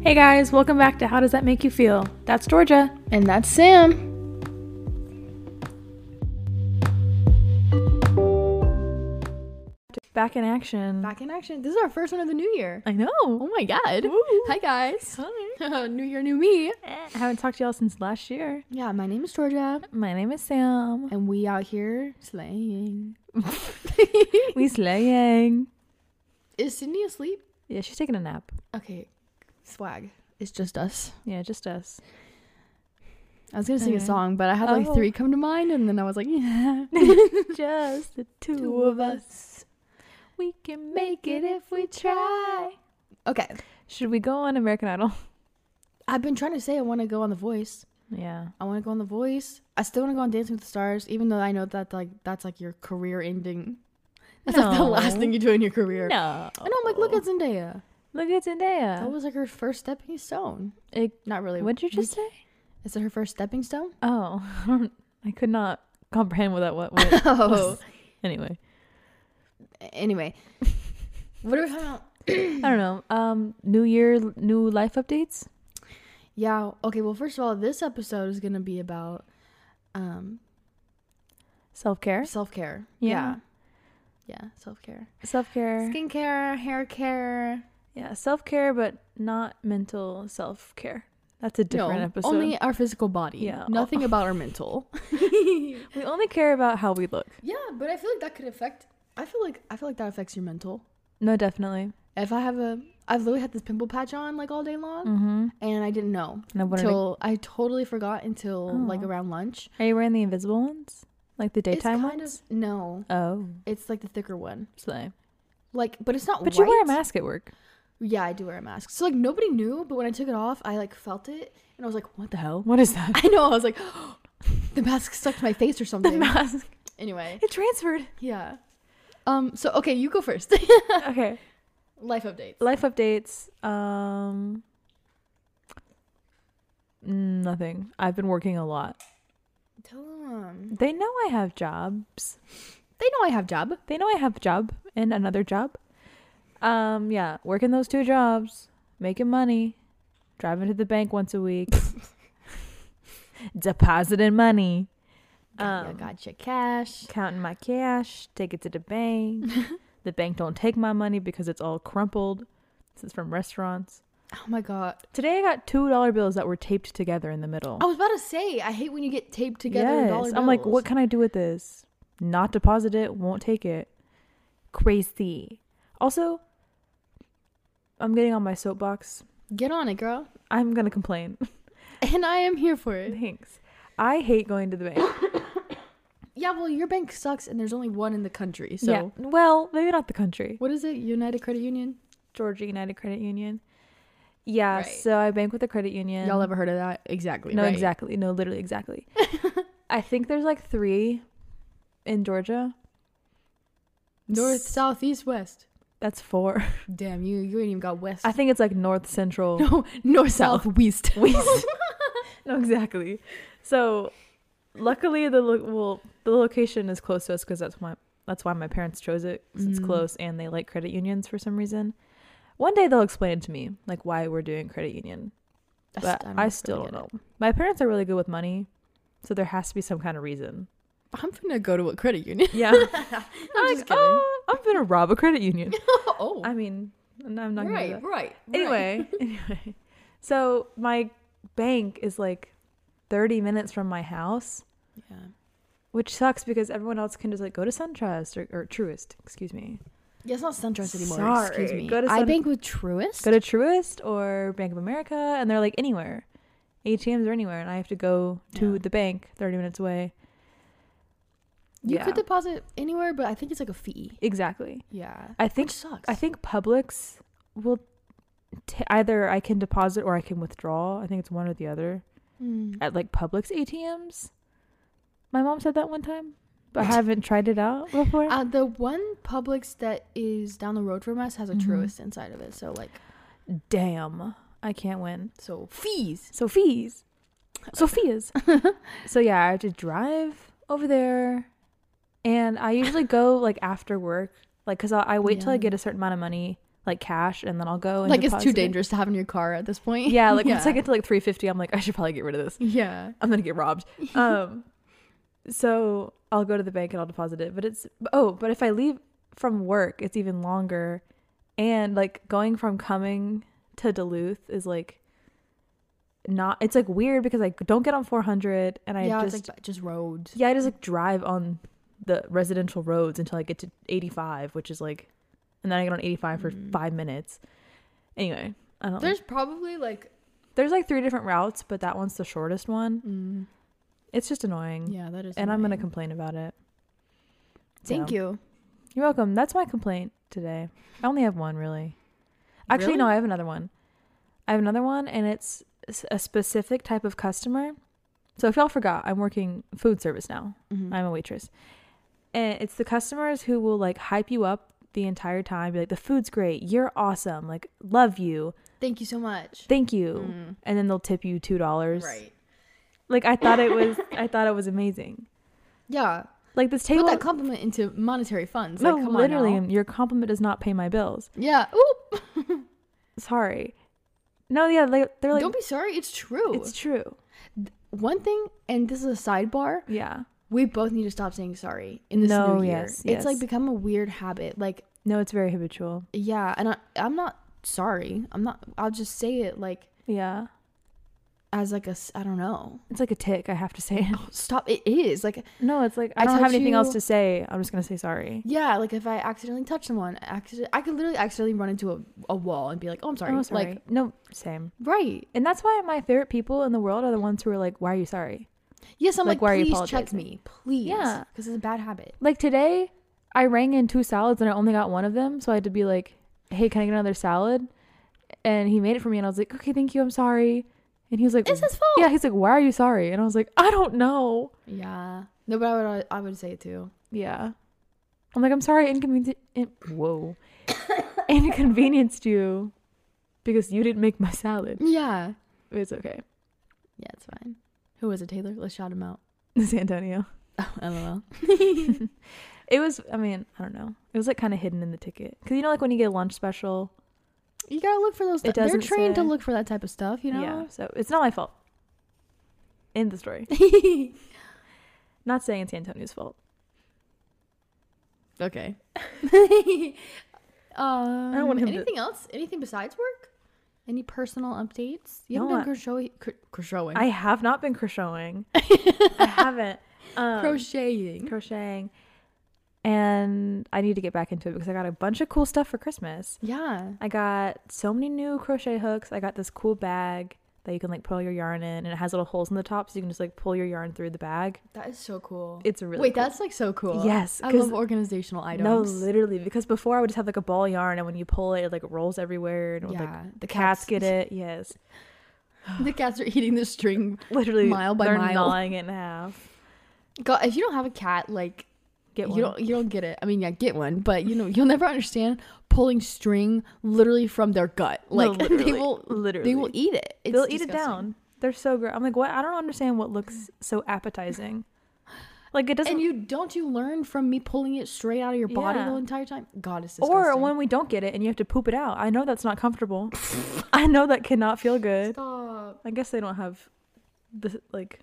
Hey guys, welcome back to How Does That Make You Feel? That's Georgia. And that's Sam. Back in action. Back in action. This is our first one of the new year. I know. Oh my god. Woo. Hi guys. new year, new me. I haven't talked to y'all since last year. Yeah, my name is Georgia, My name is Sam. and we out here slaying. We slaying. is Sydney asleep? Yeah, she's taking a nap. Okay. Swag. It's just us. Yeah, just us. I was gonna sing a Okay. song, but I had like Oh. three come to mind, and then I was like, yeah. just the two, of us. We can make it if we try. Okay. Should we go on American Idol? I've been trying to say I want to go on The Voice. Yeah. I want to go on The Voice. I still want to go on Dancing with the Stars, even though I know that like that's like your career ending. That's like the No. last thing you do in your career. No. And I'm like, look at Zendaya. look at That Zendaya. was like her first stepping stone. It- Not really. Uh. What'd you just say? Is it her first stepping stone? Oh, I don't- I could not comprehend what that what. what Oh. anyway, anyway. what are we talking about? I don't know. Um, new year, new life updates. Yeah. Okay. Well, first of all, this episode is gonna be about um Self care. self care. Yeah. Yeah. self care. Self care. Skincare, hair care. Yeah, self care, but not mental self care. That's a different episode. Only our physical body. Yeah. Oh. Nothing about our mental. we only care about how we look. Yeah, but I feel like that could affect. I feel like I feel like that affects your mental. No, definitely. If I have a, I've literally had this pimple patch on like all day long, Mm-hmm. and I didn't know And I wanted to- until I totally forgot until like Oh. around lunch. Are you wearing the invisible ones, like the daytime it's kind ones? of no. Oh, It's like the thicker one. slay. Like, but it's not. But you wear a white. mask at work. Yeah, I do wear a mask. So like nobody knew, but when I took it off, I like felt it, and I was like, "What the hell?" What is that? I know. I was like, "The mask stuck to my face or The something." mask. anyway, It transferred. yeah. Um. So okay, you go first. okay. Life updates. Life updates. Um. Nothing. I've been working a lot. Tell them. They know I have jobs. They know I have job. They know I have job and another job. Um, yeah, working those two jobs, making money, driving to the bank once a week, depositing money, Got ya, Um, gotcha cash. counting my cash, take it to the bank. the bank don't take my money because it's all crumpled. This is from restaurants. Oh my god. Today I got two dollar bills that were taped together in the middle. I was about to say, I hate when you get taped together. yes. dollar I'm like, bills. what can I do with this? Not deposit it, won't take it. Crazy. Also, I'm getting on my soapbox. Get on it, girl. I'm gonna complain. And I am here for it. Thanks. I hate going to the bank. Yeah, well, your bank sucks, and there's only one in the country. So, yeah. Well, maybe not the country. what is it? United Credit Union. Georgia United Credit Union. Yeah. Right. So I bank with a credit union. Y'all ever heard of that? Exactly. No, right. exactly. No, literally, exactly. I think there's like three in Georgia. North, south, east, west. That's four. Damn you! You ain't even got west. I think it's like North Central. no, north, south, west. West. No, exactly. So, luckily, the lo- well, the location is close to us because that's why that's why my parents chose it. 'cause It's Mm. close, and they like credit unions for some reason. One day they'll explain it to me, like why we're doing credit union. But don't I, really still don't get it. know. My parents are really good with money, so there has to be some kind of reason. I'm gonna go to a credit union. Yeah, I'm I'm like, just kidding. oh, I'm gonna rob a credit union. oh, I mean, n- I'm not gonna. do right, that. right. right. Anyway, anyway, so my bank is like 30 minutes from my house. Yeah. Which sucks because everyone else can just like go to SunTrust or, or Truist, excuse me. Yeah, it's not SunTrust anymore. Excuse Sorry. me. Go to I Sun- bank with Truist. Go to Truist or Bank of America and they're like anywhere. ATMs are anywhere and I have to go to Yeah. the bank 30 minutes away. you Yeah. could deposit anywhere, but I think it's like a fee. Exactly. Yeah, I think which sucks. I think Publix will t- either I can deposit or I can withdraw. I think it's one or the other Mm. at like Publix ATMs. My mom said that one time, but I haven't tried it out before. Uh, the one Publix that is down the road from us has a Mhm. Truist inside of it, so like Damn, I can't win. so fees. Sophie's. Sophia's. so yeah, I have to drive over there, and I usually go like after work, like because I, I wait till I get Yeah. a certain amount of money, like cash, and then I'll go Oh, and like it's too deposit it. dangerous to have in your car at this point. Yeah, like once I get to like 350, I'm like, I should probably get rid of this. yeah. I'm gonna get robbed. Um, so I'll go to the bank and I'll deposit it. But it's oh, but if I leave from work, it's even longer, and like going from coming to Duluth is like not. It's like weird because I don't get on 400, and I yeah, just it's like just roads. yeah, I just like drive on the residential roads until I get to 85, which is like, and then I get on 85 for Mm. five minutes. Anyway, I don't. There's probably like there's like three different routes, but that one's the shortest one. mm, It's just annoying. yeah, that is and I'm gonna annoying. complain about it. Thank So, you. You're welcome. That's my complaint today. I only have one really. Actually, Really? no, I have another one. I have another one, and it's s- a specific type of customer. So if y'all forgot, I'm working food service now. Mhm. I'm a waitress. And it's the customers who will like hype you up the entire time, be like, the food's great, you're awesome, like, love you, Thank you so much. thank you. Mm, And then they'll tip you two dollars. right. Like I thought it was I thought it was amazing. Yeah. Like this Put table that compliment into monetary funds. No, like, come literally On now. your compliment does not pay my bills. Yeah. Oop. Sorry. No, yeah, they, they're like Don't be sorry. It's true. it's true. One thing, and this is a sidebar. Yeah. We both need to stop saying sorry in this No, new year. yes, it's yes. like become a weird habit. Like No, it's very habitual. yeah, and I, I'm not sorry. I'm not. I'll just say it like Yeah. as like a s- I don't know. It's like a tick, I have to say it. Stop. It is like No, it's like I, I don't have touch anything else you- to say. I'm just gonna say sorry. yeah. Like if I accidentally touch someone, accident, I could literally accidentally run into a, a wall and be like, oh, I'm sorry. Oh, sorry. Like no, same. right. And that's why my favorite people in the world are the ones who are like, "Why are you sorry?" Yes, I'm Like, like, why are you please check apologizing?" me, please. Yeah. because it's a bad habit. Like today, I rang in two salads and I only got one of them, so I had to be like, "Hey, can I get another salad?" And he made it for me, and I was like, "Okay, thank you. I'm sorry." And he was like, It's his fault. "Yeah." He's like, "Why are you sorry?" And I was like, "I don't know." Yeah. No, but I would I would say it too. Yeah. I'm like, "I'm sorry, I inconvenience. In- Whoa, inconvenienced you because you didn't make my salad. Yeah. It's okay, Yeah, it's fine. Who was it, Taylor? Let's shout him out. It's Antonio." Oh, lol. It was, I mean, I don't know. It was like kind of hidden in the ticket. Cause you know, like when you get a lunch special, You gotta look for those. It They're doesn't trained to say. look for that type of stuff, you Yeah. know. So it's not my fault. End the story. Not saying it's Antonio's fault. okay. um, don't want him to- anything else? Anything besides work? Any personal updates? You No, haven't done crochet- cr- crocheting. I have not been crocheting. I haven't. Um, crocheting. crocheting. And I need to get back into it because I got a bunch of cool stuff for Christmas. Yeah. I got so many new crochet hooks. I got this cool bag that you can like pull your yarn in and it has little holes in the top so you can just like pull your yarn through the bag. That is so cool. It's really Wait, cool. that's like so cool. Yes, I 'cause- love organizational items. No, literally, because before I would just have like a ball yarn, and when you pull it, it like rolls everywhere, and would, like Yeah, the the cats cats- get it. Yes, the cats are eating the string. literally, Mile by they're mile. gnawing it in half. God, if you don't have a cat, like Get one. you don't you don't get it. I mean, yeah, get one, but you know you'll never understand pulling string literally from their gut. No, Like literally, they will literally, they will eat it. It's They'll eat it disgusting. down. They're so gross. I'm like, what? I don't understand what looks so appetizing. Like it doesn't. And you don't you learn from me pulling it straight out of your body Yeah. the entire time? God, it's disgusting. or when we don't get it, and you have to poop it out. I know that's not comfortable. I know that cannot feel good. Stop. I guess they don't have the like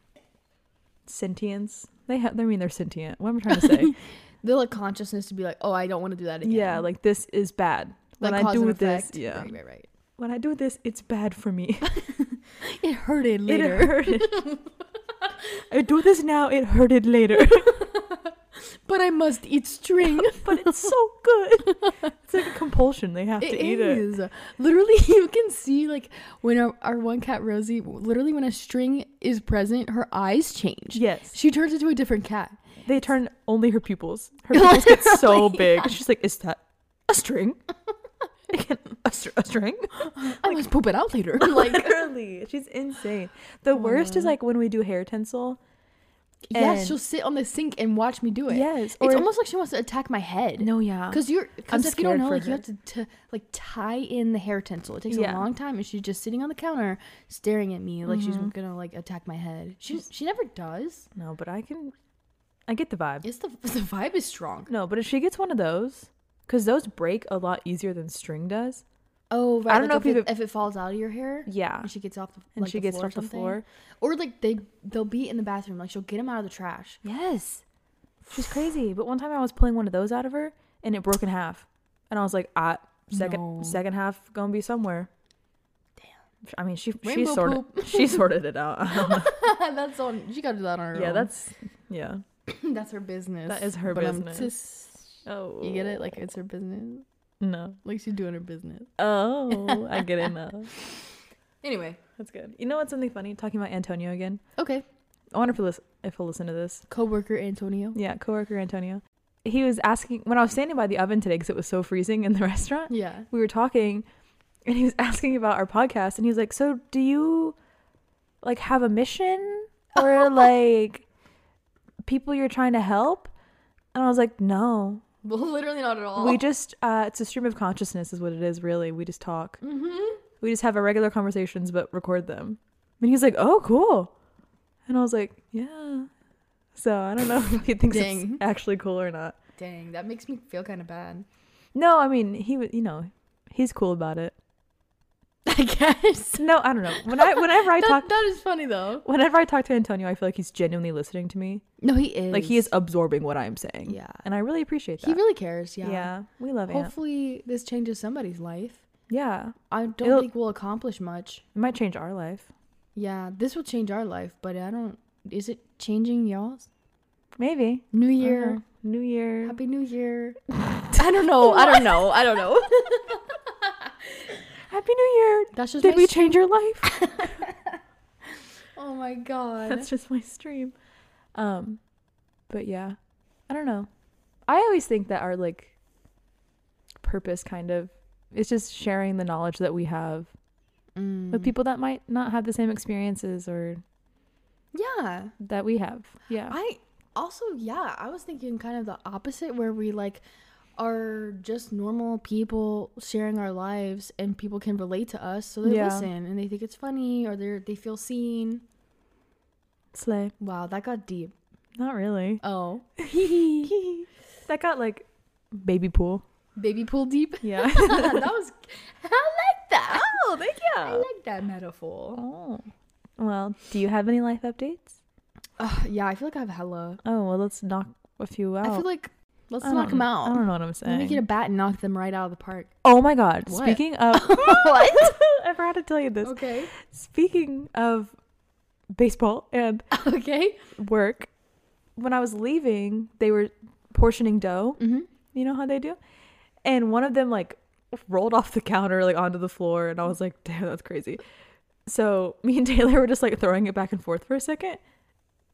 sentience. They have. I mean, they're sentient. What am I trying to say? They'll like consciousness to be like, oh, I don't want to do that again. yeah, like this is bad. Like, when I cause do and this, effect. yeah. Right, right, right. when I do this, it's bad for me. It hurted later. It hurted. I do this now, it hurted later. But I must eat string. but it's so good. It's like a compulsion. They have It to eat it. is. Literally, you can see like when our, our one cat Rosie, literally when a string is present, her eyes change. Yes. She turns into a different cat. They turn only her pupils. Her pupils get so big. She's like, is that a string? Again, a, str- a string? I must poop it out later. like Literally. She's insane. The worst is like when we do hair tinsel. yes, And- she'll sit on the sink and watch me do it. Yes. it's or- almost like she wants to attack my head. No, yeah. because you're because Uh, I'm if you don't scared know, for like you her. have to t- like tie in the hair tinsel. It takes Yeah. a long time, and she's just sitting on the counter staring at me like Mm-hmm. she's gonna like attack my head. She she never does. No, but I can. I get the vibe. It's the the vibe is strong. No, but if she gets one of those, because those break a lot easier than string does. Oh, right. I don't know if if, it, you've- if it falls out of your hair Yeah, and she gets off the and like, she the gets floor or off the something. floor. Or like they they'll be in the bathroom. Like she'll get them out of the trash. Yes, she's crazy. But one time I was pulling one of those out of her, and it broke in half, and I was like, "Ah, second No. second half gonna be somewhere." Damn. I mean, she Rainbow she sorted poop. she sorted it out. I don't know. that's on. She got to do that on her yeah, own. that's yeah. that's her business. That is her But I'm business. just- Oh, you get it? Like it's her business. no. Like she's doing her business. Oh, I get it now. Anyway, That's good. You know what's something funny? Talking about Antonio again. okay. I wonder if he'll, listen, if he'll listen to this. Coworker Antonio. Yeah, coworker Antonio. He was asking when I was standing by the oven today because it was so freezing in the restaurant. Yeah. We were talking, and he was asking about our podcast, and he was like, "So, do you like have a mission or like people you're trying to help?" And I was like, "No, Well, literally not at all. we just uh, it's a stream of consciousness, is what it is. Really, we just talk. Mm-hmm. We just have our regular conversations, but record them." And he's like, "Oh, cool," and I was like, "Yeah." So I don't know if he thinks it's Dang. actually cool or not. Dang, that makes me feel kind of bad. No, I mean he was, you know, he's cool about it. I guess. No, I don't know. When I whenever I that, talk, that is funny though. whenever I talk to Antonio, I feel like he's genuinely listening to me. No, he is. Like he is absorbing what I'm saying. Yeah. and I really appreciate that. He really cares. Yeah. yeah. we love Ant. Hopefully, this changes somebody's life. Yeah, I don't It'll- think we'll accomplish much. it might change our life. Yeah, this will change our life, but I don't. Is it changing y'all's? Maybe New I don't Year. know. New Year. Oh, Happy New Year. I don't know. I don't know. I don't know. Happy New Year. That's just. Did my we sh- change your life? oh my god. That's just my stream. Um, but yeah, I don't know. I always think that our like purpose kind of is just sharing the knowledge that we have Mm. with people that might not have the same experiences or Yeah. that we have. Yeah. I also yeah, I was thinking kind of the opposite where we like are just normal people sharing our lives and people can relate to us so they Yeah. listen and they think it's funny or they are they feel seen. Slay. Wow, that got deep. Not really. Oh. that got like baby pool. Baby pool deep. Yeah. that was I like that. oh, thank I like that metaphor. Oh. Well, do you have any life updates? Ugh, yeah, I feel like I have hella. Oh, well, let's knock a few out. Oh. I feel like let's I knock don't- them I out. don't know what I'm saying. Let me get a bat and knock them right out of the park. oh my God. What? Speaking of. What? I forgot to tell you this. Okay. Speaking of baseball and Okay. work, when I was leaving, they were portioning dough. Mm-hmm. You know how they do? And one of them like rolled off the counter, like onto the floor, and I was like, damn, that's crazy. So me and Taylor were just like throwing it back and forth for a second,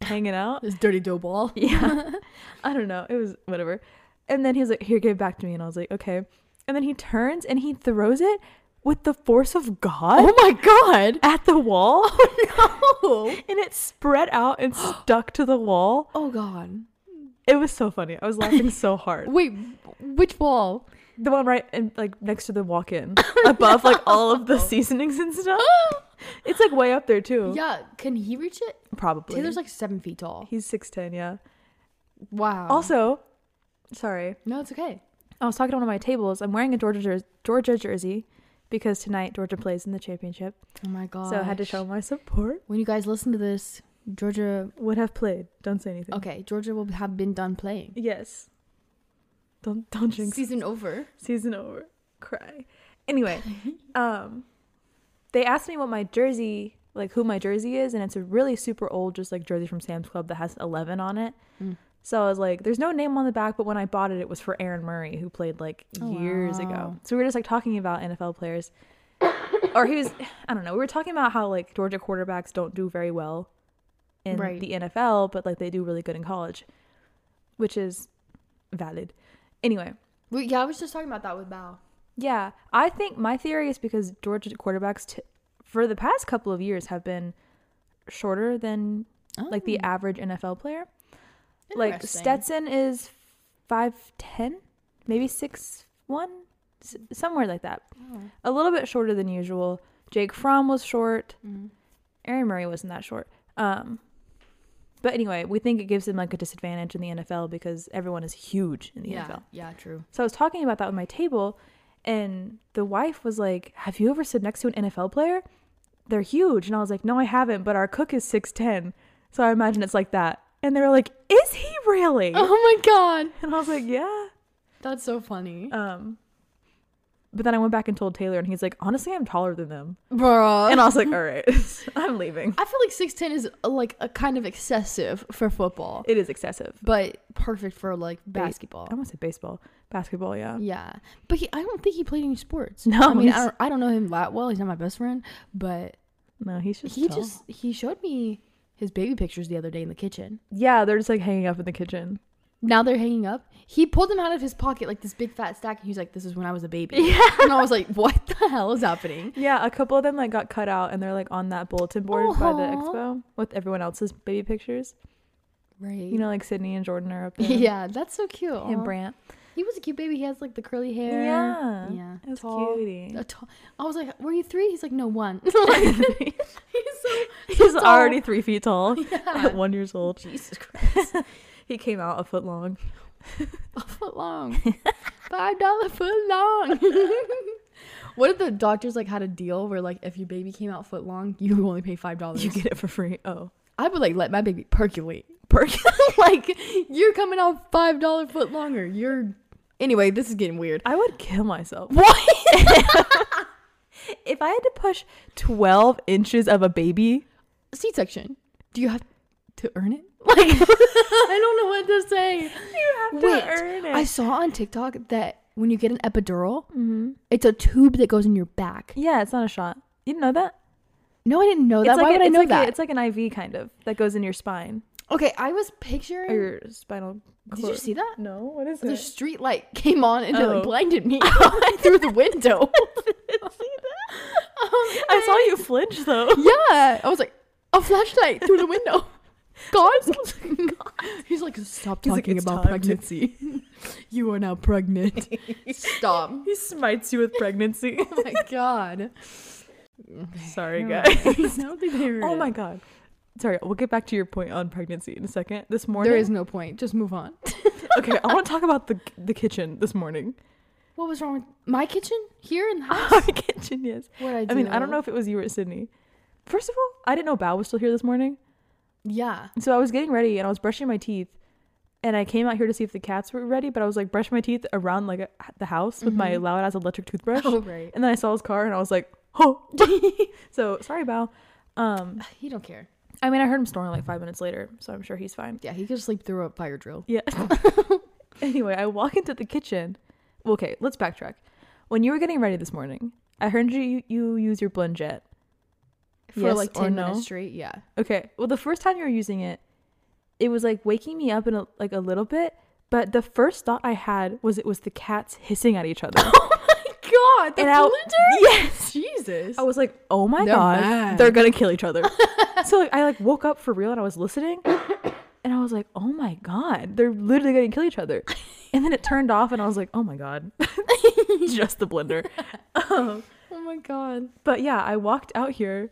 hanging out. This dirty dough ball. Yeah. I don't know. It was whatever. And then he was like, here, give it back to me. And I was like, okay. And then he turns and he throws it with the force of God Oh my god. at the wall. Oh. And it spread out and stuck to the wall. Oh god. It was so funny. I was laughing so hard. Wait, which wall? The one right and like next to the walk in. Above like all of the seasonings and stuff. It's like way up there too. Yeah, can he reach it? Probably. Taylor's like seven feet tall. He's six ten, yeah. Wow. Also, sorry. no, it's okay. I was talking to one of my tables. I'm wearing a Georgia jer- Georgia jersey because tonight Georgia plays in the championship. Oh my god. So I had to show my support. When you guys listen to this, Georgia. Would have played. Don't say anything. Okay, Georgia will have been done playing. Yes. Don't don't jinx. Season over. season over cry anyway um they asked me what my jersey like who my jersey is and it's a really super old just like jersey from sam's club that has 11 on it Mm. so i was like there's no name on the back but when i bought it it was for aaron murray who played like Oh, years wow. ago so we were just like talking about nfl players or he was i don't know we were talking about how like georgia quarterbacks don't do very well in Right. the nfl but like they do really good in college which is valid anyway We, yeah, I was just talking about that with Bao. yeah, I think my theory is because Georgia quarterbacks t- for the past couple of years have been shorter than like the average NFL player. Like Hmm. Oh, Interesting. Stetson is 5'10, maybe 6'1, s- somewhere like that. Oh. A little bit shorter than usual. Jake Fromm was short. Mm. Aaron Murray wasn't that short. Um But anyway, we think it gives him like a disadvantage in the NFL because everyone is huge in the yeah, NFL. yeah, true. So I was talking about that with my table, and the wife was like, "Have you ever stood next to an NFL player? They're huge." And I was like, "No, I haven't, but our cook is six ten, so I imagine it's like that." And they were like, "Is he really?" Oh my god, And I was like, "Yeah." that's so funny, Um, but then I went back and told Taylor, and he's like, "Honestly, I'm taller than them." bro. And I was like, "All right, I'm leaving." I feel like six ten is uh, like a kind of excessive for football, It is excessive. but perfect for like basketball. I want to say baseball, basketball. Yeah. Yeah, but he, I don't think he played any sports. uh, No, I mean, I he's- don't, I don't know him that well. He's not my best friend, but No, he's just he tall. just he showed me his baby pictures the other day in the kitchen. yeah. They're just like hanging up in the kitchen. Now they're hanging up. He pulled them out of his pocket like this big fat stack, and he was like, "This is when I was a baby." Yeah, and I was like, "What the hell is happening?" Yeah, a couple of them like got cut out, and they're like on that bulletin board by the Aw. expo with everyone else's baby pictures. Right. You know, like Sydney and Jordan are up there. Yeah, that's so cute. And Aw. Brant. He was a cute baby. He has like the curly hair. Yeah. Yeah. That's Tall. cutie. A tall- I was like, "Were you three? He's like, "No, one." Like, he's so He's tall. already three feet tall yeah. at one years old. Jesus Christ. He came out a foot long. a foot long. Five dollar foot long. what if the doctors like had a deal where like if your baby came out foot long, you would only pay five dollars? You get it for free. Oh. I would like let my baby percolate. Perk. like you're coming out five dollar foot longer. You're anyway. This is getting weird. I would kill myself. What? If I had to push 12 inches of a baby, C-section. Do you have to earn it? Like I don't know what to say. you have Wait, to earn it. I saw on TikTok that when you get an epidural, Mhm. it's a tube that goes in your back. Yeah, it's not a shot. You didn't know that? No, I didn't know that. it's like Why a- would I it's know like a- that? it's like an IV kind of that goes in your spine Okay, I was or picturing. your spinal Did you cord. see that? No, what is The street light came on and it Oh. like blinded me through the window. Oh, I saw you flinch though. Yeah, I was like a flashlight through the window. Oh God, he's like, stop He's like, talking "It's time about to-" pregnancy. you are now pregnant. stop. He smites you with pregnancy. Oh my god. Sorry, Never guys. mind. No, they heard Oh it. my god. Sorry, we'll get back to your point on pregnancy in a second. This morning, There is no point. Just move on. okay. I want to talk about the the kitchen this morning. What was wrong with my kitchen here in the house? Our kitchen, yes. what I do? I mean, I don't know if it was you or Sydney. First of all, I didn't know Bao was still here this morning. Yeah. So I was getting ready and I was brushing my teeth, and I came out here to see if the cats were ready. But I was like brushing my teeth around like a, the house with my loud ass electric toothbrush, Oh right. and then I saw his car and I was like, oh. so sorry, Bao. Um, He don't care. I mean, I heard him snoring like five minutes later, so I'm sure he's fine. Yeah, he could sleep through a fire drill. Yeah. anyway, I walk into the kitchen. Well, Okay, let's backtrack. When you were getting ready this morning, I heard you you use your blend jet. for Yes like or 10 no? minutes straight yeah Okay. Well, the first time you were using it, it was like waking me up in a, like a little bit. But the first thought I had was it was the cats hissing at each other. oh my god the And I- yes jesus I was like, oh my They're god, mad. they're gonna kill each other. so like, I like woke up for real and I was listening, and I was like, oh my god, they're literally gonna kill each other. And then it turned off, and I was like, oh my god, just the blender. oh my god But yeah, I walked out here,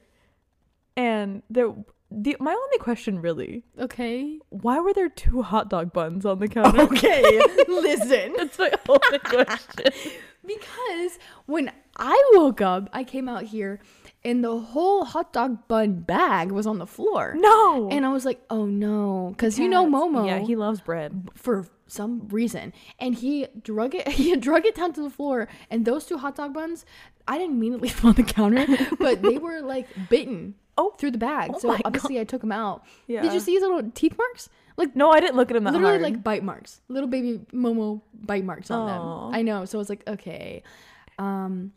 and there. The, my only question really, okay why were there two hot dog buns on the counter? okay listen That's my only question. because when i woke up i came out here and the whole hot dog bun bag was on the floor No. and i was like oh no because you know momo Yeah, he loves bread. for some reason and he drug it he drug it down to the floor and those two hot dog buns i didn't mean to leave them on the counter but they were like bitten Oh. through the bag Oh so my obviously i took them out Yeah. did you see his little teeth marks like No, I didn't look at him that literally hard. like bite marks little baby momo bite marks on Aw. them i know so it's like okay um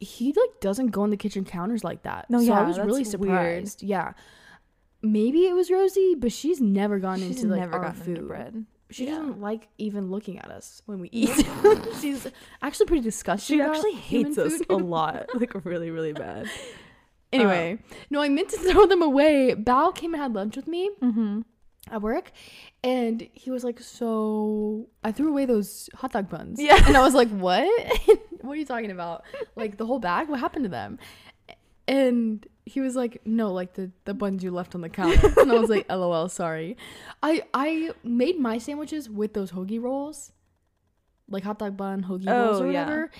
he like doesn't go on the kitchen counters like that No, so i yeah, was that's really weird. surprised yeah maybe it was rosie but she's never gone She's into like never our gotten food into bread. she Yeah. doesn't like even looking at us when we eat. She's actually pretty disgusted. She about actually human hates us food. a lot, like really, really bad. Anyway, no, I meant to throw them away. Bao came and had lunch with me Mm-hmm. at work, and he was like, "So I threw away those hot dog buns." Yeah. and I was like, "What? what are you talking about? Like the whole bag? What happened to them?" And he was like, "No, like the the buns you left on the counter." and I was like, "LOL, sorry." I I made my sandwiches with those hoagie rolls, like hot dog bun hoagie rolls Oh, or yeah. whatever.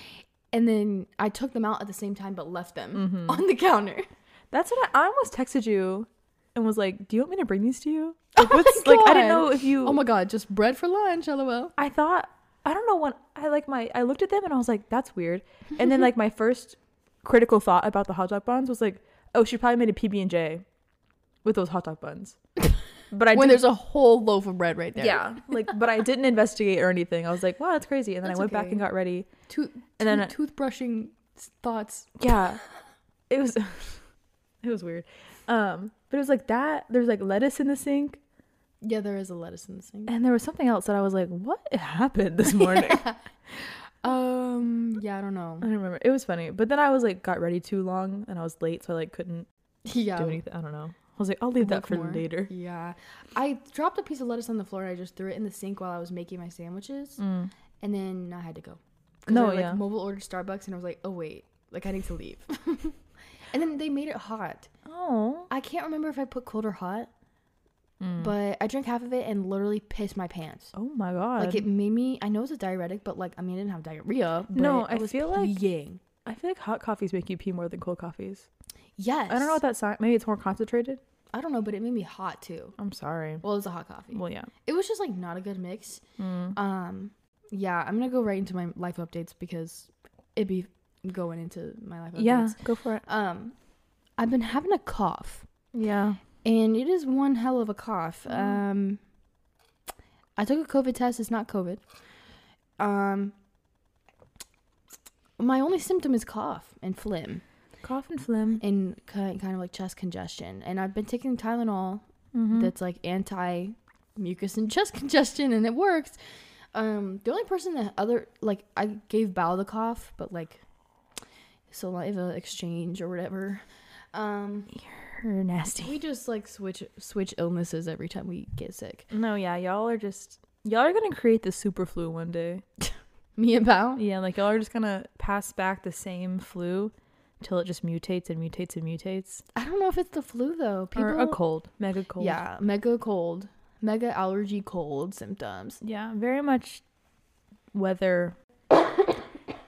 And then I took them out at the same time, but left them Mhm. on the counter. That's what I, I almost texted you and was like, "Do you want me to bring these to you?" Oh Like, my what's like? I didn't God. know if you. Oh my god, just bread for lunch, lol. I thought I don't know when I like my I looked at them and I was like, "That's weird." And then like my first critical thought about the hot dog buns was like, "Oh, she probably made a PB and J with those hot dog buns." But I when didn't, there's a whole loaf of bread right there. yeah, like but I didn't investigate or anything. I was like, "Wow, that's crazy." And then That's I went back okay. and got ready. Tooth, And then- tooth- toothbrushing s- thoughts. yeah it was it was weird um but it was like that there's like lettuce in the sink Yeah, there is a lettuce in the sink. and there was something else that i was like what happened this morning Um, yeah, I don't know. i don't remember it was funny but then i was like got ready too long and i was late so i like couldn't Yeah. do anything i don't know i was like i'll leave that Work for Um, more. later Yeah. I dropped a piece of lettuce on the floor and I just threw it in the sink while I was making my sandwiches. Mm. And then I had to go. 'Cause No, I, like, yeah. mobile ordered Starbucks and I was like, oh, wait. Like, I need to leave. and then they made it hot. oh I can't remember if I put cold or hot, Mm. but I drank half of it and literally pissed my pants. oh my god Like, it made me, I know it's a diuretic, but like, I mean, I didn't have diarrhea. But No, I I was feel like- peeing. i feel like hot coffees make you pee more than cold coffees Yes. i don't know what that sign maybe it's more concentrated I don't know, but it made me hot too. i'm sorry Well, it was a hot coffee. well yeah Mm. It was just like not a good mix. Um, yeah, I'm gonna go right into my life updates because it'd be going into my life updates. yeah go for it Um, I've been having a cough, yeah and it is one hell of a cough. Um, I took a COVID test. It's not COVID. Um, my only symptom is cough and phlegm cough and phlegm and kind kind of like chest congestion. And I've been taking Tylenol Mhm. that's like anti mucus and chest congestion and it works um the only person that other like i gave bao the cough but like saliva exchange or whatever um You're nasty we just like switch switch illnesses every time we get sick No, yeah, y'all are just y'all are gonna create the super flu one day. me and bao Yeah, like y'all are just gonna pass back the same flu till it just mutates and mutates and mutates. i don't know if it's the flu though people or a cold, mega cold. yeah mega cold mega allergy cold symptoms yeah, very much weather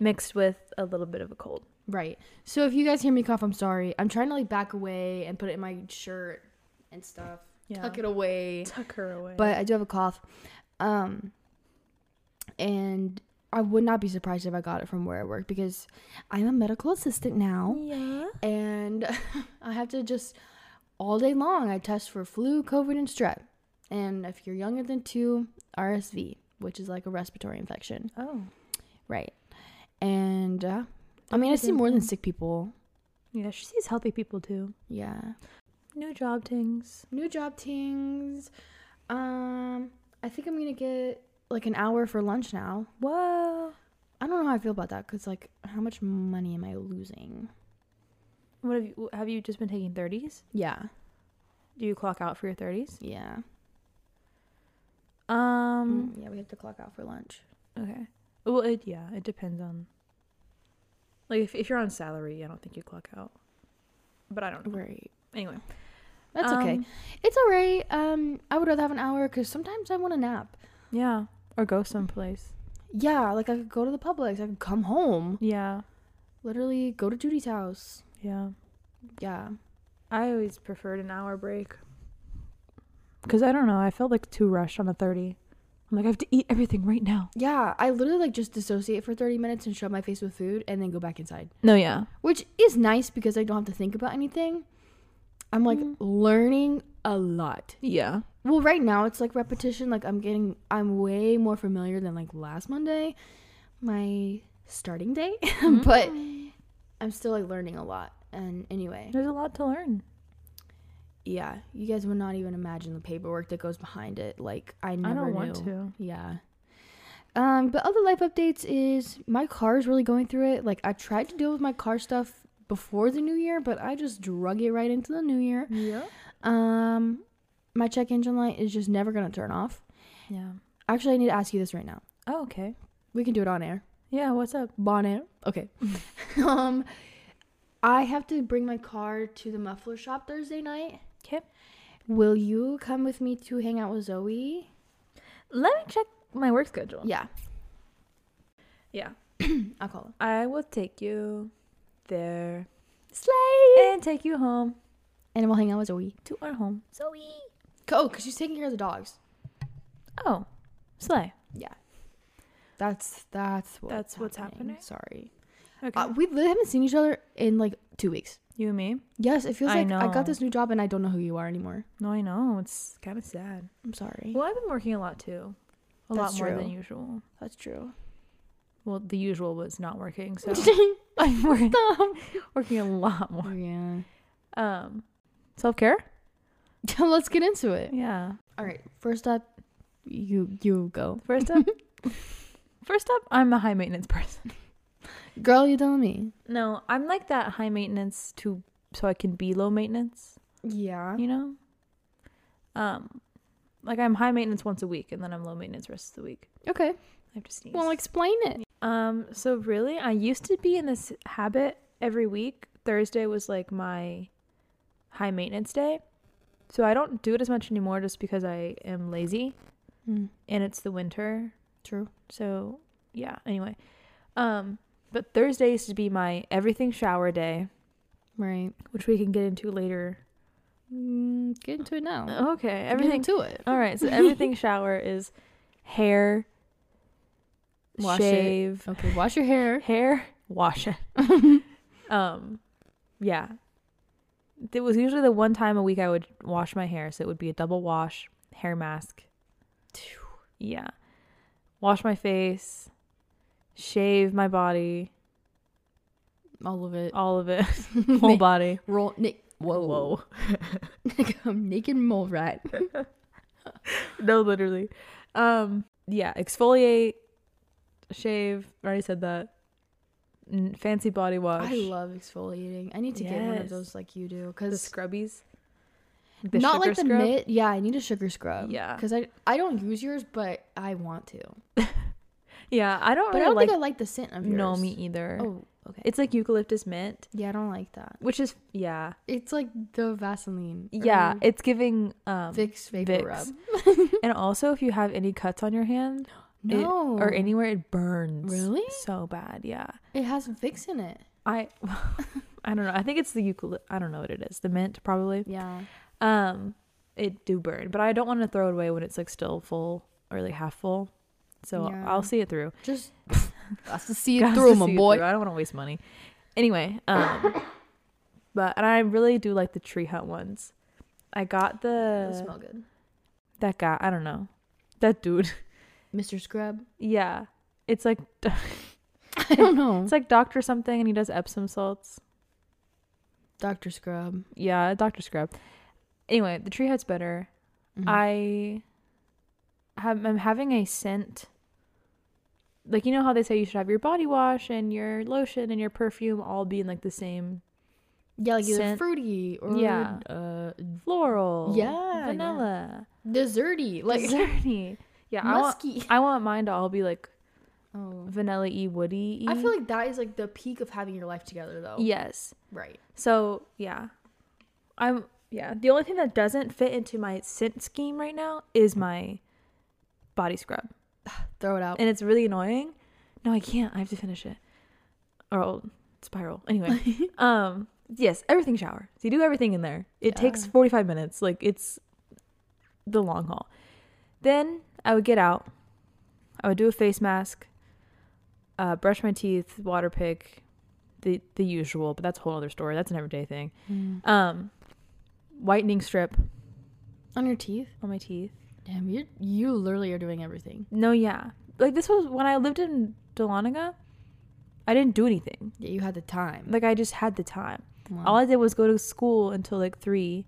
mixed with a little bit of a cold. right so if you guys hear me cough i'm sorry i'm trying to like back away and put it in my shirt and stuff Yeah, tuck it away tuck her away. but I do have a cough. Um, and I would not be surprised if I got it from where I work because I'm a medical assistant oh. now yeah, and I have to just all day long I test for flu, COVID, and strep. And if you're younger than two, RSV, which is like a respiratory infection, oh right? And uh, I mean, I see more than sick people. yeah, she sees healthy people too. Yeah. New job things. new job things. Um, I think I'm gonna get like an hour for lunch now. Whoa, I don't know how I feel about that because, like, how much money am I losing? what have you have you just been taking thirties? Yeah, Do you clock out for your thirties? yeah. Mm, Um, yeah, we have to clock out for lunch. Okay. Well, it yeah, it depends on. Like if if you're on salary, I don't think you clock out. But I don't know. Right. Anyway, That's okay. um, It's all right. Um, I would rather have an hour because sometimes I want to nap. Yeah, or go someplace. Yeah, like I could go to the Publix. I could come home. Yeah, Literally, go to Judy's house. yeah. Yeah. I always preferred an hour break. Cause I don't know, I felt like too rushed on a thirty. I'm like I have to eat everything right now. Yeah, I literally like just dissociate for 30 minutes and shove my face with food and then go back inside. No, yeah, which is nice because I don't have to think about anything. I'm like Mhm. learning a lot. yeah. Well, right now it's like repetition. Like I'm getting, I'm way more familiar than like last Monday, my starting day. Mm-hmm. but I'm still like learning a lot. And anyway, There's a lot to learn. yeah, you guys would not even imagine the paperwork that goes behind it. Like I I never don't knew. want to. Yeah. Um, but other life updates is my car is really going through it. Like I tried to deal with my car stuff before the new year, but I just drug it right into the new year. Yeah. Um, my check engine light is just never gonna turn off. Yeah. Actually, I need to ask you this right now. Oh, okay. We can do it on air. Yeah. What's up? Bon air. Okay. um, I have to bring my car to the muffler shop Thursday night. Okay. Will you come with me to hang out with Zoe? Let me check my work schedule. Yeah, Yeah. I'll call her. I will take you there Slay! and take you home And we'll hang out with Zoe. to our home. Zoe! Oh, because she's taking care of the dogs. Oh, sleigh. Yeah. That's that's what's That's what's happening? Sorry, Okay. uh, we li- haven't seen each other in like two weeks. you and me? Yes, it feels I like I know. got this new job and I don't know who you are anymore. No, I know. It's kind of sad. I'm sorry. Well, I've been working a lot too. A That's lot more than true. usual. That's true. Well, the usual was not working, so I'm working, working a lot more. yeah. Um, self care? Let's get into it. Yeah. All right. First up, you you go, First up, first up, I'm a high maintenance person. girl. You telling me? No, I'm like that high maintenance to so I can be low maintenance. Yeah. You know, um, like I'm high maintenance once a week, and then I'm low maintenance rest of the week. Okay. I have to sneeze. Well, explain it. Um, so really, I used to be in this habit every week. Thursday was like my high maintenance day. So I don't do it as much anymore just because I am lazy and it's the winter. Mm, true. So, yeah, anyway. Um, but Thursday used to be my everything shower day, Right. which we can get into later. Mm, get into it now. Okay, Get Oh, everything into it. All right, so everything shower is hair, Wash it. shave, Okay. Wash your hair. hair wash it um yeah it was usually the one time a week i would wash my hair so it would be a double wash hair mask yeah wash my face shave my body All of it. all of it whole body Roll. Na- whoa. whoa I'm naked mole rat. no literally um yeah exfoliate shave already said that N- fancy body wash I love exfoliating. I need to get one of Yes. those like you do the because scrubbies not sugar like the scrub. mitt. Yeah, I need a sugar scrub. Yeah. because I I don't use yours, but I want to. yeah i don't But really I don't like think I like the scent of yours. No, me either. Oh, okay. It's like eucalyptus mint, yeah, I don't like that. which is yeah, It's like the Vaseline. or yeah. It's giving um, Vicks vapor Vicks. rub. and also if you have any cuts on your hand it- No, or anywhere, it burns Oh. Really? so bad. Yeah, It has Vicks in it. I, I don't know. I think it's the eucalypt. I don't know what it is. The mint probably. Yeah. Um, it do burn, but I don't want to throw it away when it's like still full or like half full. So Yeah. I'll see it through. Just that's to see it Gotta through, my see it boy. through. I don't want to waste money. Anyway, um, but and I really do like the tree hut ones. I got It'll the smell good. that guy. I don't know that dude. Mr. Scrub. Yeah, it's like I don't know. it's like Doctor something, and he does Epsom salts. Doctor Scrub. Yeah, Doctor Scrub. Anyway, the tree hut's better. Mhm. I have, I'm having a scent. Like you know how they say you should have your body wash and your lotion and your perfume all be in like the same yeah, like either scent- fruity or Yeah. uh, floral. Yeah, Vanilla. desserty, like Like zerny. Yeah, I want, musky. I want mine to all be like Oh. vanilla y woody. I feel like that is like the peak of having your life together, though. Oh. Yes. Right. So yeah. I'm yeah. The only thing that doesn't fit into my scent scheme right now is my body scrub. Throw it out. And it's really annoying. No, I can't. I have to finish it. Or I'll spiral. Anyway. um yes, everything shower. So you do everything in there. It takes Yeah. 45 minutes. Like it's the long haul. Then I would get out. I would do a face mask, uh, brush my teeth, water pick, the the usual, but that's a whole other story. That's an everyday thing. Mm. Um whitening strip On your teeth. on my teeth. Damn, you you literally are doing everything. No, yeah. Like this was when I lived in Dahlonega. I didn't do anything. Yeah, you had the time. Like I just had the time. Wow. All I did was go to school until like three,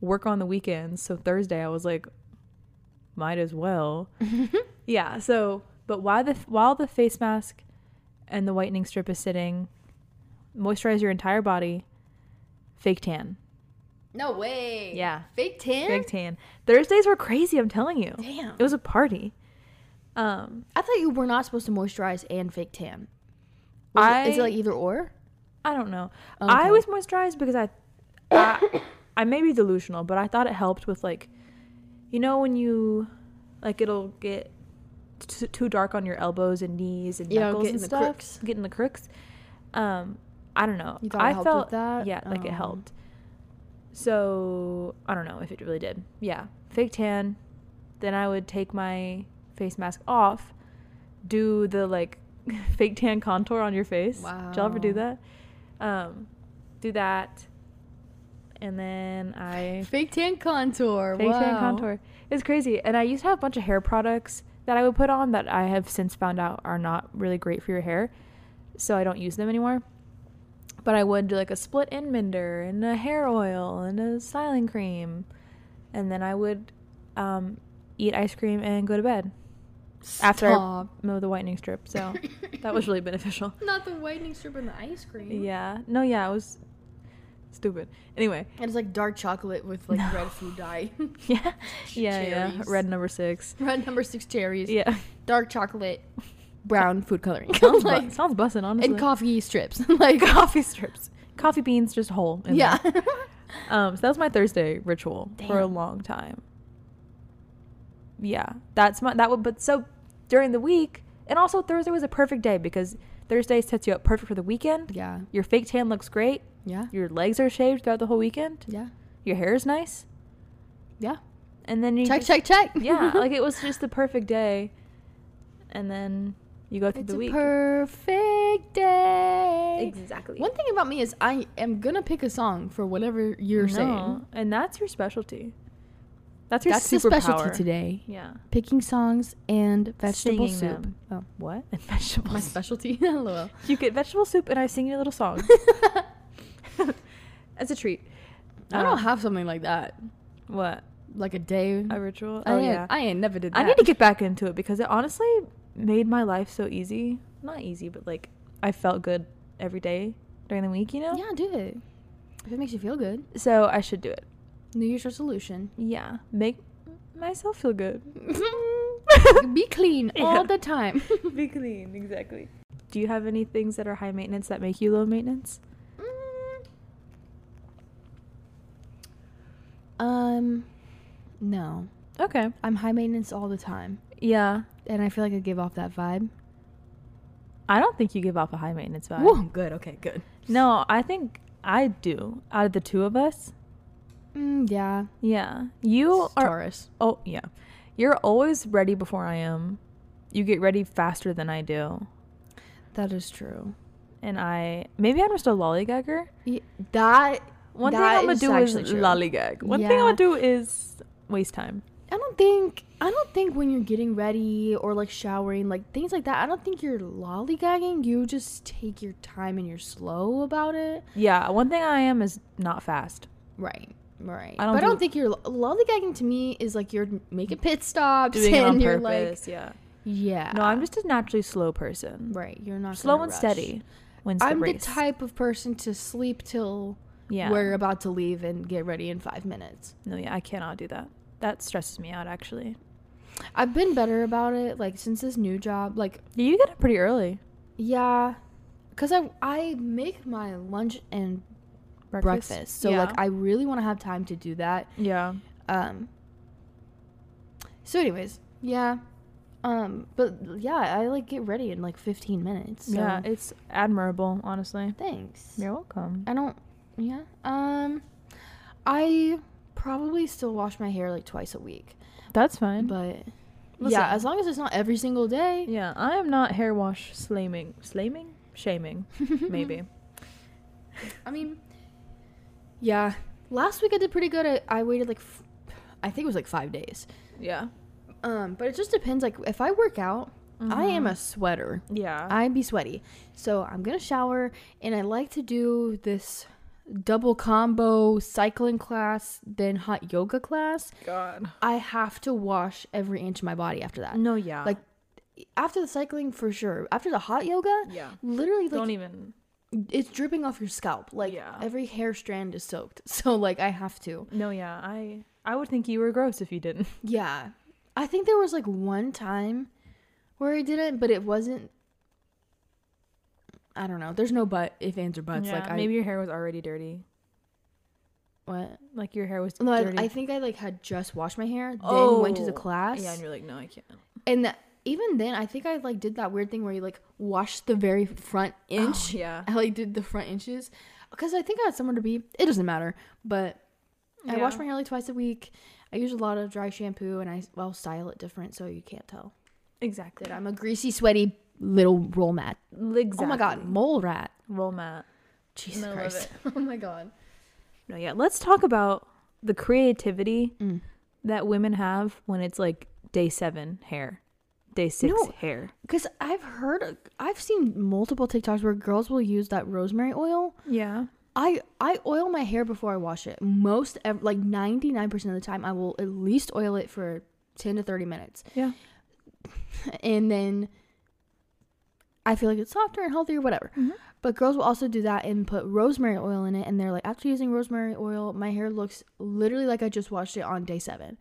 work on the weekends. So Thursday I was like, might as well. yeah. So, but while the while the face mask and the whitening strip is sitting, moisturize your entire body. Fake tan. no way. Yeah. Fake tan. Fake tan. Thursdays were crazy. I'm telling you, Damn. it was a party. Um, I thought you were not supposed to moisturize and fake tan. Was it- is it I- like either or? I don't know. Oh, I always moisturize because I, I, I may be delusional, but I thought it helped with like, you know, when you, like, it'll get t- too dark on your elbows and knees and Yeah, knuckles getting and the stuff, crooks. getting the crooks. Um, I don't know. You thought it I helped with felt that? yeah, like it Um, helped. So I don't know if it really did. Yeah, fake tan. Then I would take my face mask off, do the like fake tan contour on your face. Did y'all ever do Wow. that? Um, do that, and then I Fake tan contour. Fake tan wow. contour. It's crazy. And I used to have a bunch of hair products that I would put on that I have since found out are not really great for your hair. So I don't use them anymore. But I would do like a split end mender and a hair oil and a styling cream. And then I would um, eat ice cream and go to bed after Stop. I mow the whitening strip. So that was really beneficial. Not the whitening strip and the ice cream. Yeah. No, yeah, it was stupid. Anyway. And it's like dark chocolate with like red food dye. Yeah. Yeah, yeah. Cherries. Red number six. red number six cherries. Yeah. Dark chocolate. Brown food coloring. Sounds, bu- like, sounds bussin', honestly. and coffee strips. like coffee strips, coffee beans, just whole. in Yeah. there. Um, so that was my Thursday ritual for a Damn. long time. Yeah, that's my that would. But so during the week, and also Thursday was a perfect day because Thursday sets you up perfect for the weekend. yeah. Your fake tan looks great. Yeah. Your legs are shaved throughout the whole weekend. Yeah. Your hair is nice, Yeah. and then you Check, just- check, check. Yeah, like it was just the perfect day, and then you go through It's the a week. perfect day. exactly. One thing about me is I am gonna pick a song for whatever you're saying. No, and that's your specialty. That's your That's the superpower. specialty today. Yeah. Picking songs and vegetable Singing soup. them. Oh, What? And vegetables. my specialty. Lol. You get vegetable soup, and I sing you a little song as a treat. I Um, don't have something like that. what Like a day. a ritual. I oh ain't- yeah. I ain't never did that. I need to get back into it because it honestly made my life so easy. Not easy, but like I felt good every day during the week. You know. Yeah, do it. If it makes you feel good. So I should do it. New Year's resolution. Yeah. Make myself feel good. Be clean Yeah. all the time. Be clean, exactly. Do you have any things that are high maintenance that make you low maintenance? Mm. Um, no. Okay. I'm high maintenance all the time, Yeah. and I feel like I give off that vibe. I don't think you give off a high maintenance vibe. Whoa, good. Okay, good. No, I think I do. Out of the two of us, Mm, yeah. yeah. You It's are Taurus. Oh, yeah. You're always ready before I am. You get ready faster than I do. That is true. And I maybe I'm just a lollygagger. that One that thing I'm is gonna do actually is true. lollygag. One thing I'm Yeah. gonna do is waste time. I don't think I don't think when you're getting ready or like showering, like things like that. I don't think you're lollygagging. You just take your time and you're slow about it. Yeah, one thing I am is not fast. Right. Right. I don't but do- I don't think you're lollygagging to me is like you're making pit stops Doing it and on you're purpose. yeah. like yeah. No, I'm just a naturally slow person. right. You're not Slow gonna and rush. steady. Wins I'm the the race. type of person to sleep till yeah. we're about to leave and get ready in 5 minutes. No, yeah, I cannot do that. That stresses me out actually. I've been better about it like since this new job like Yeah, you get up pretty early. Yeah, because I I make my lunch and breakfast, so like I really want to have time to do that. yeah. Um. So, anyways, yeah, um, but yeah, I like get ready in like fifteen minutes. So. Yeah, it's admirable, honestly. thanks. You're welcome. I don't. Yeah. Um, I probably still wash my hair like twice a week, That's fine. but Listen. yeah, as long as it's not every single day. yeah, I am not hair wash slaming, slaming, shaming, maybe. I mean, yeah. Last week I did pretty good. I, I waited like, f- I think it was like five days. Yeah. Um, but it just depends. Like, if I work out, I Mm-hmm. am a sweater. Yeah. I be sweaty, so I'm gonna shower, and I like to do this double combo cycling class, then hot yoga class. God. I have to wash every inch of my body after that. No, yeah. Like, after the cycling for sure. After the hot yoga, yeah. literally like Don't even. it's dripping off your scalp. Like Yeah. every hair strand is soaked. So like I have to. No, yeah. I I would think you were gross if you didn't. Yeah. I think there was like one time where I did it, but it wasn't I don't know. There's no but if ands or buts. yeah, like I maybe your hair was already dirty. what? Like your hair was No, dirty. I, I think I like had just washed my hair, then went to the Oh, class, yeah, and you're like, no, I can't. and th- even then, I think I like did that weird thing where you like wash the very front inch. Oh, yeah. I like did the front inches because I think I had somewhere to be. It doesn't matter, but I wash Yeah. my hair like twice a week. I use a lot of dry shampoo, and I well style it different so you can't tell Exactly. that I'm a greasy, sweaty little roll mat. exactly. Oh my god, mole rat! Roll mat. Jesus Middle of Christ! Oh my god. No, yeah. Let's talk about the creativity Mm. that women have when it's like day seven hair, day six No. hair. Because I've heard, I've seen multiple TikToks where girls will use that rosemary oil. Yeah. I I oil my hair before I wash it. Most ev- like ninety nine percent of the time, I will at least oil it for ten to thirty minutes, Yeah. and then I feel like it's softer and healthier, whatever. Mhm. But girls will also do that and put rosemary oil in it, and they're like, after using rosemary oil, my hair looks literally like I just washed it on day seven.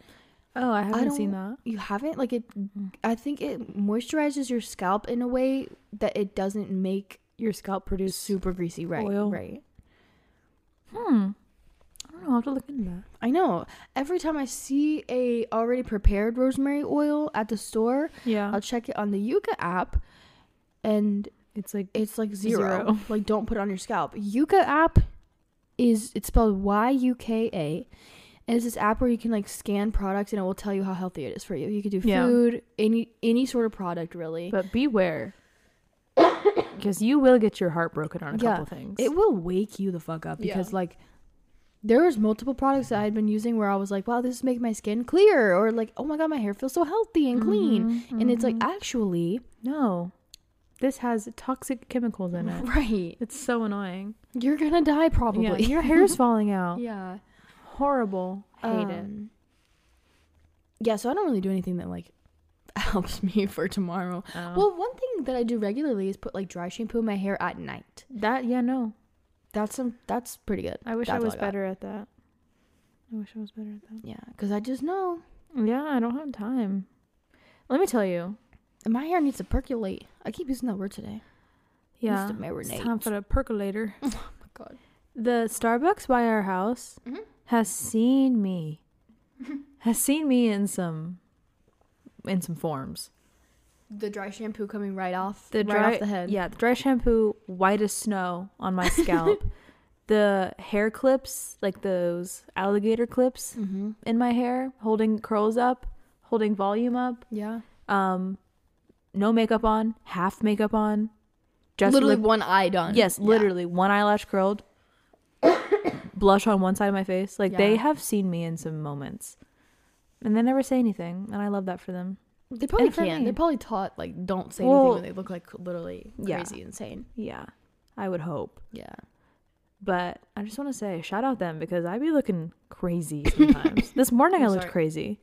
Oh, I haven't seen that. You haven't like it. Mm-hmm. I think it moisturizes your scalp in a way that it doesn't make Your scalp produced super greasy, right? Oil. Right. Hmm. I don't know. I'll have to look into that. I know. Every time I see a already prepared rosemary oil at the store, Yeah. I'll check it on the Yuka app and it's like it's like zero. Zero. Like don't put it on your scalp. Yuka app is it's spelled Y U K A. And it's this app where you can like scan products and it will tell you how healthy it is for you. You could do Yeah. food, any any sort of product really. But beware, because you will get your heart broken on a Yeah, couple things. It will wake you the fuck up because Yeah. like there was multiple products that I had been using where I was like, wow, this is making my skin clear or like, oh my god, my hair feels so healthy and clean. Mhm, And it's like mhm. actually no, this has toxic chemicals in it. right. It's so annoying. You're gonna die probably. Yeah, your hair's falling out. yeah. Horrible. Hate it. Um, Yeah, so I don't really do anything that like helps me for tomorrow. Well, Well, one thing that I do regularly is put like dry shampoo in my hair at night. that yeah, no. That's some that's pretty good. I wish That's I all was got. better at that. I wish I was better at that. Yeah, cuz I just know Yeah, I don't have time. Let me tell you. my hair needs to percolate. I keep using that word today. Yeah, Used to marinate. it's time for the percolator. Oh my god. The Starbucks by our house Mhm. has seen me. has seen me in some in some forms. The dry shampoo coming right off The right dry off the head. Yeah, the dry shampoo white as snow on my scalp. the hair clips, like those alligator clips Mm-hmm. in my hair, holding curls up, holding volume up. Yeah. Um no makeup on, half makeup on. Just literally lip- one eye done. Yes, Yeah. literally one eyelash curled, blush on one side of my face. Like they Yeah. have seen me in some moments, and they never say anything, and I love that for them. They probably And for can't. me. They're probably taught like don't say Well, anything when they look like literally yeah. crazy insane. Yeah, I would hope, Yeah. but I just want to say shout out them because I be looking crazy sometimes. this morning I I'm looked sorry. crazy.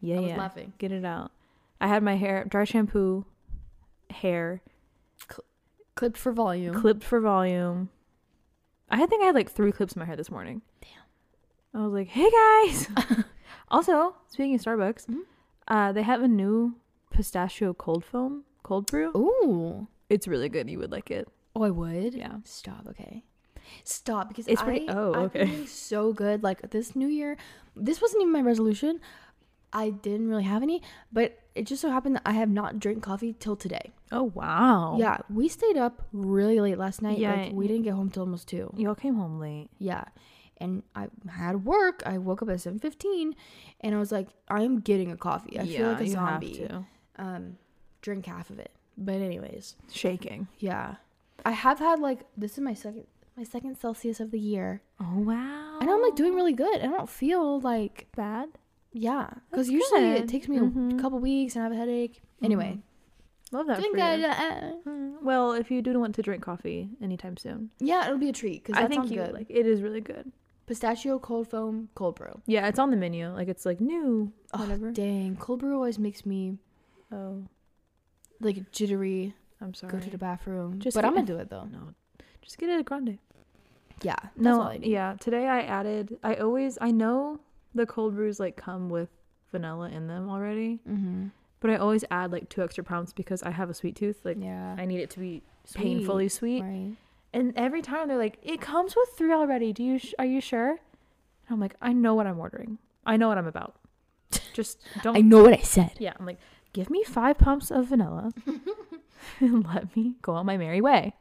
Yeah, I was yeah, laughing. get it out. I had my hair dry shampoo, hair Clipped for volume. clipped for volume. I think I had like three clips in my hair this morning. Damn. I was like, hey guys. also, speaking of Starbucks, Mhm. uh, they have a new pistachio cold foam, cold brew. Oh. Ooh. It's really good. You would like it. Oh, I would. Yeah. Stop. Okay. Stop because It's pretty- I, oh, I've been okay. doing so good. Like this New Year, this wasn't even my resolution. I didn't really have any, but it just so happened that I have not drank coffee till today. Oh, wow. Yeah, we stayed up really late last night. Yeah, like we didn't get home till almost two. Y'all came home late. Yeah. And I had work. I woke up at seven fifteen, and I was like, I am getting a coffee. I feel like a zombie. to. Um, drink half of it. But anyways, Shaking. yeah, I have had like this is my second my second Celsius of the year, Oh, wow. and I'm like doing really good. I don't feel like bad. yeah, because That's usually good. it takes me Mhm. a couple weeks and I have a headache. Anyway, Love that. doing for you. good. Uh, Mm, Well, if you do want to drink coffee anytime soon, Yeah, it'll be a treat because I that think sounds you good. would like it is really good. Pistachio cold foam cold brew. Yeah, it's on the menu. Like it's like new. Oh, Whatever. dang, cold brew always makes me Oh, like jittery. I'm sorry. Go to the bathroom. Just but get- I'm gonna do it though. No, just get it a grande. Yeah. That's No, all I need. yeah. Today I added. I always. I know the cold brews like come with vanilla in them already, Mm-hmm. but I always add like two extra pounds because I have a sweet tooth. Like Yeah. I need it to be painfully sweet. Right. And every time they're like, "It comes with three already. Do you sh- are you sure?" And I'm like, "I know what I'm ordering. I know what I'm about. Just don't." I know what I said. yeah, I'm like, "Give me five pumps of vanilla, and let me go on my merry way."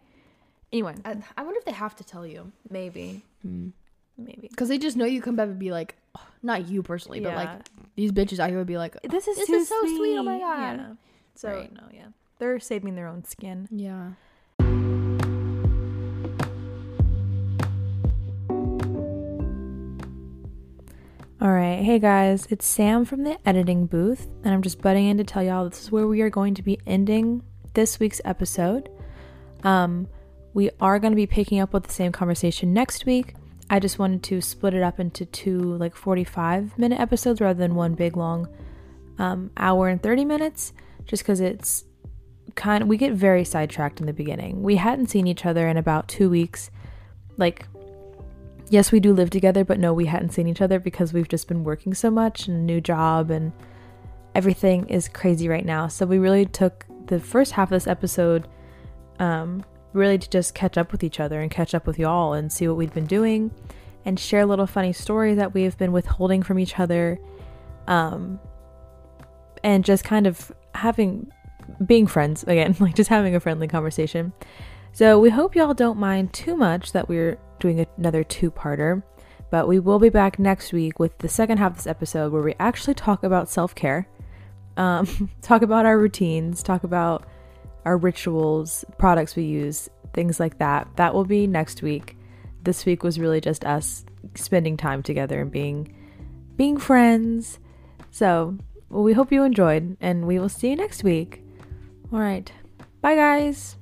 Anyway, I, I wonder if they have to tell you. maybe, Hmm. maybe. Because they just know you come back and be like, "Oh," not you personally, but like these bitches out here would be like, this is This so is so sweet. sweet. Oh my God. Yeah. So Right. no, yeah, they're saving their own skin. yeah. All right. Hey guys, it's Sam from the editing booth, and I'm just butting in to tell y'all this is where we are going to be ending this week's episode. Um, we are going to be picking up with the same conversation next week. I just wanted to split it up into two like 45 minute episodes rather than one big long um, hour and 30 minutes, just because it's kind of, we get very sidetracked in the beginning. We hadn't seen each other in about two weeks. Like, yes, we do live together, but no, we hadn't seen each other because we've just been working so much and new job and everything is crazy right now. So we really took the first half of this episode um, really to just catch up with each other and catch up with y'all and see what we've been doing and share little funny stories that we have been withholding from each other um, and just kind of having being friends again, like just having a friendly conversation. So we hope y'all don't mind too much that we're doing another two parter, but we will be back next week with the second half of this episode where we actually talk about self care, um, talk about our routines, talk about our rituals, products we use, things like that. That will be next week. This week was really just us spending time together and being being friends. So we hope you enjoyed, and we will see you next week. All right, bye guys.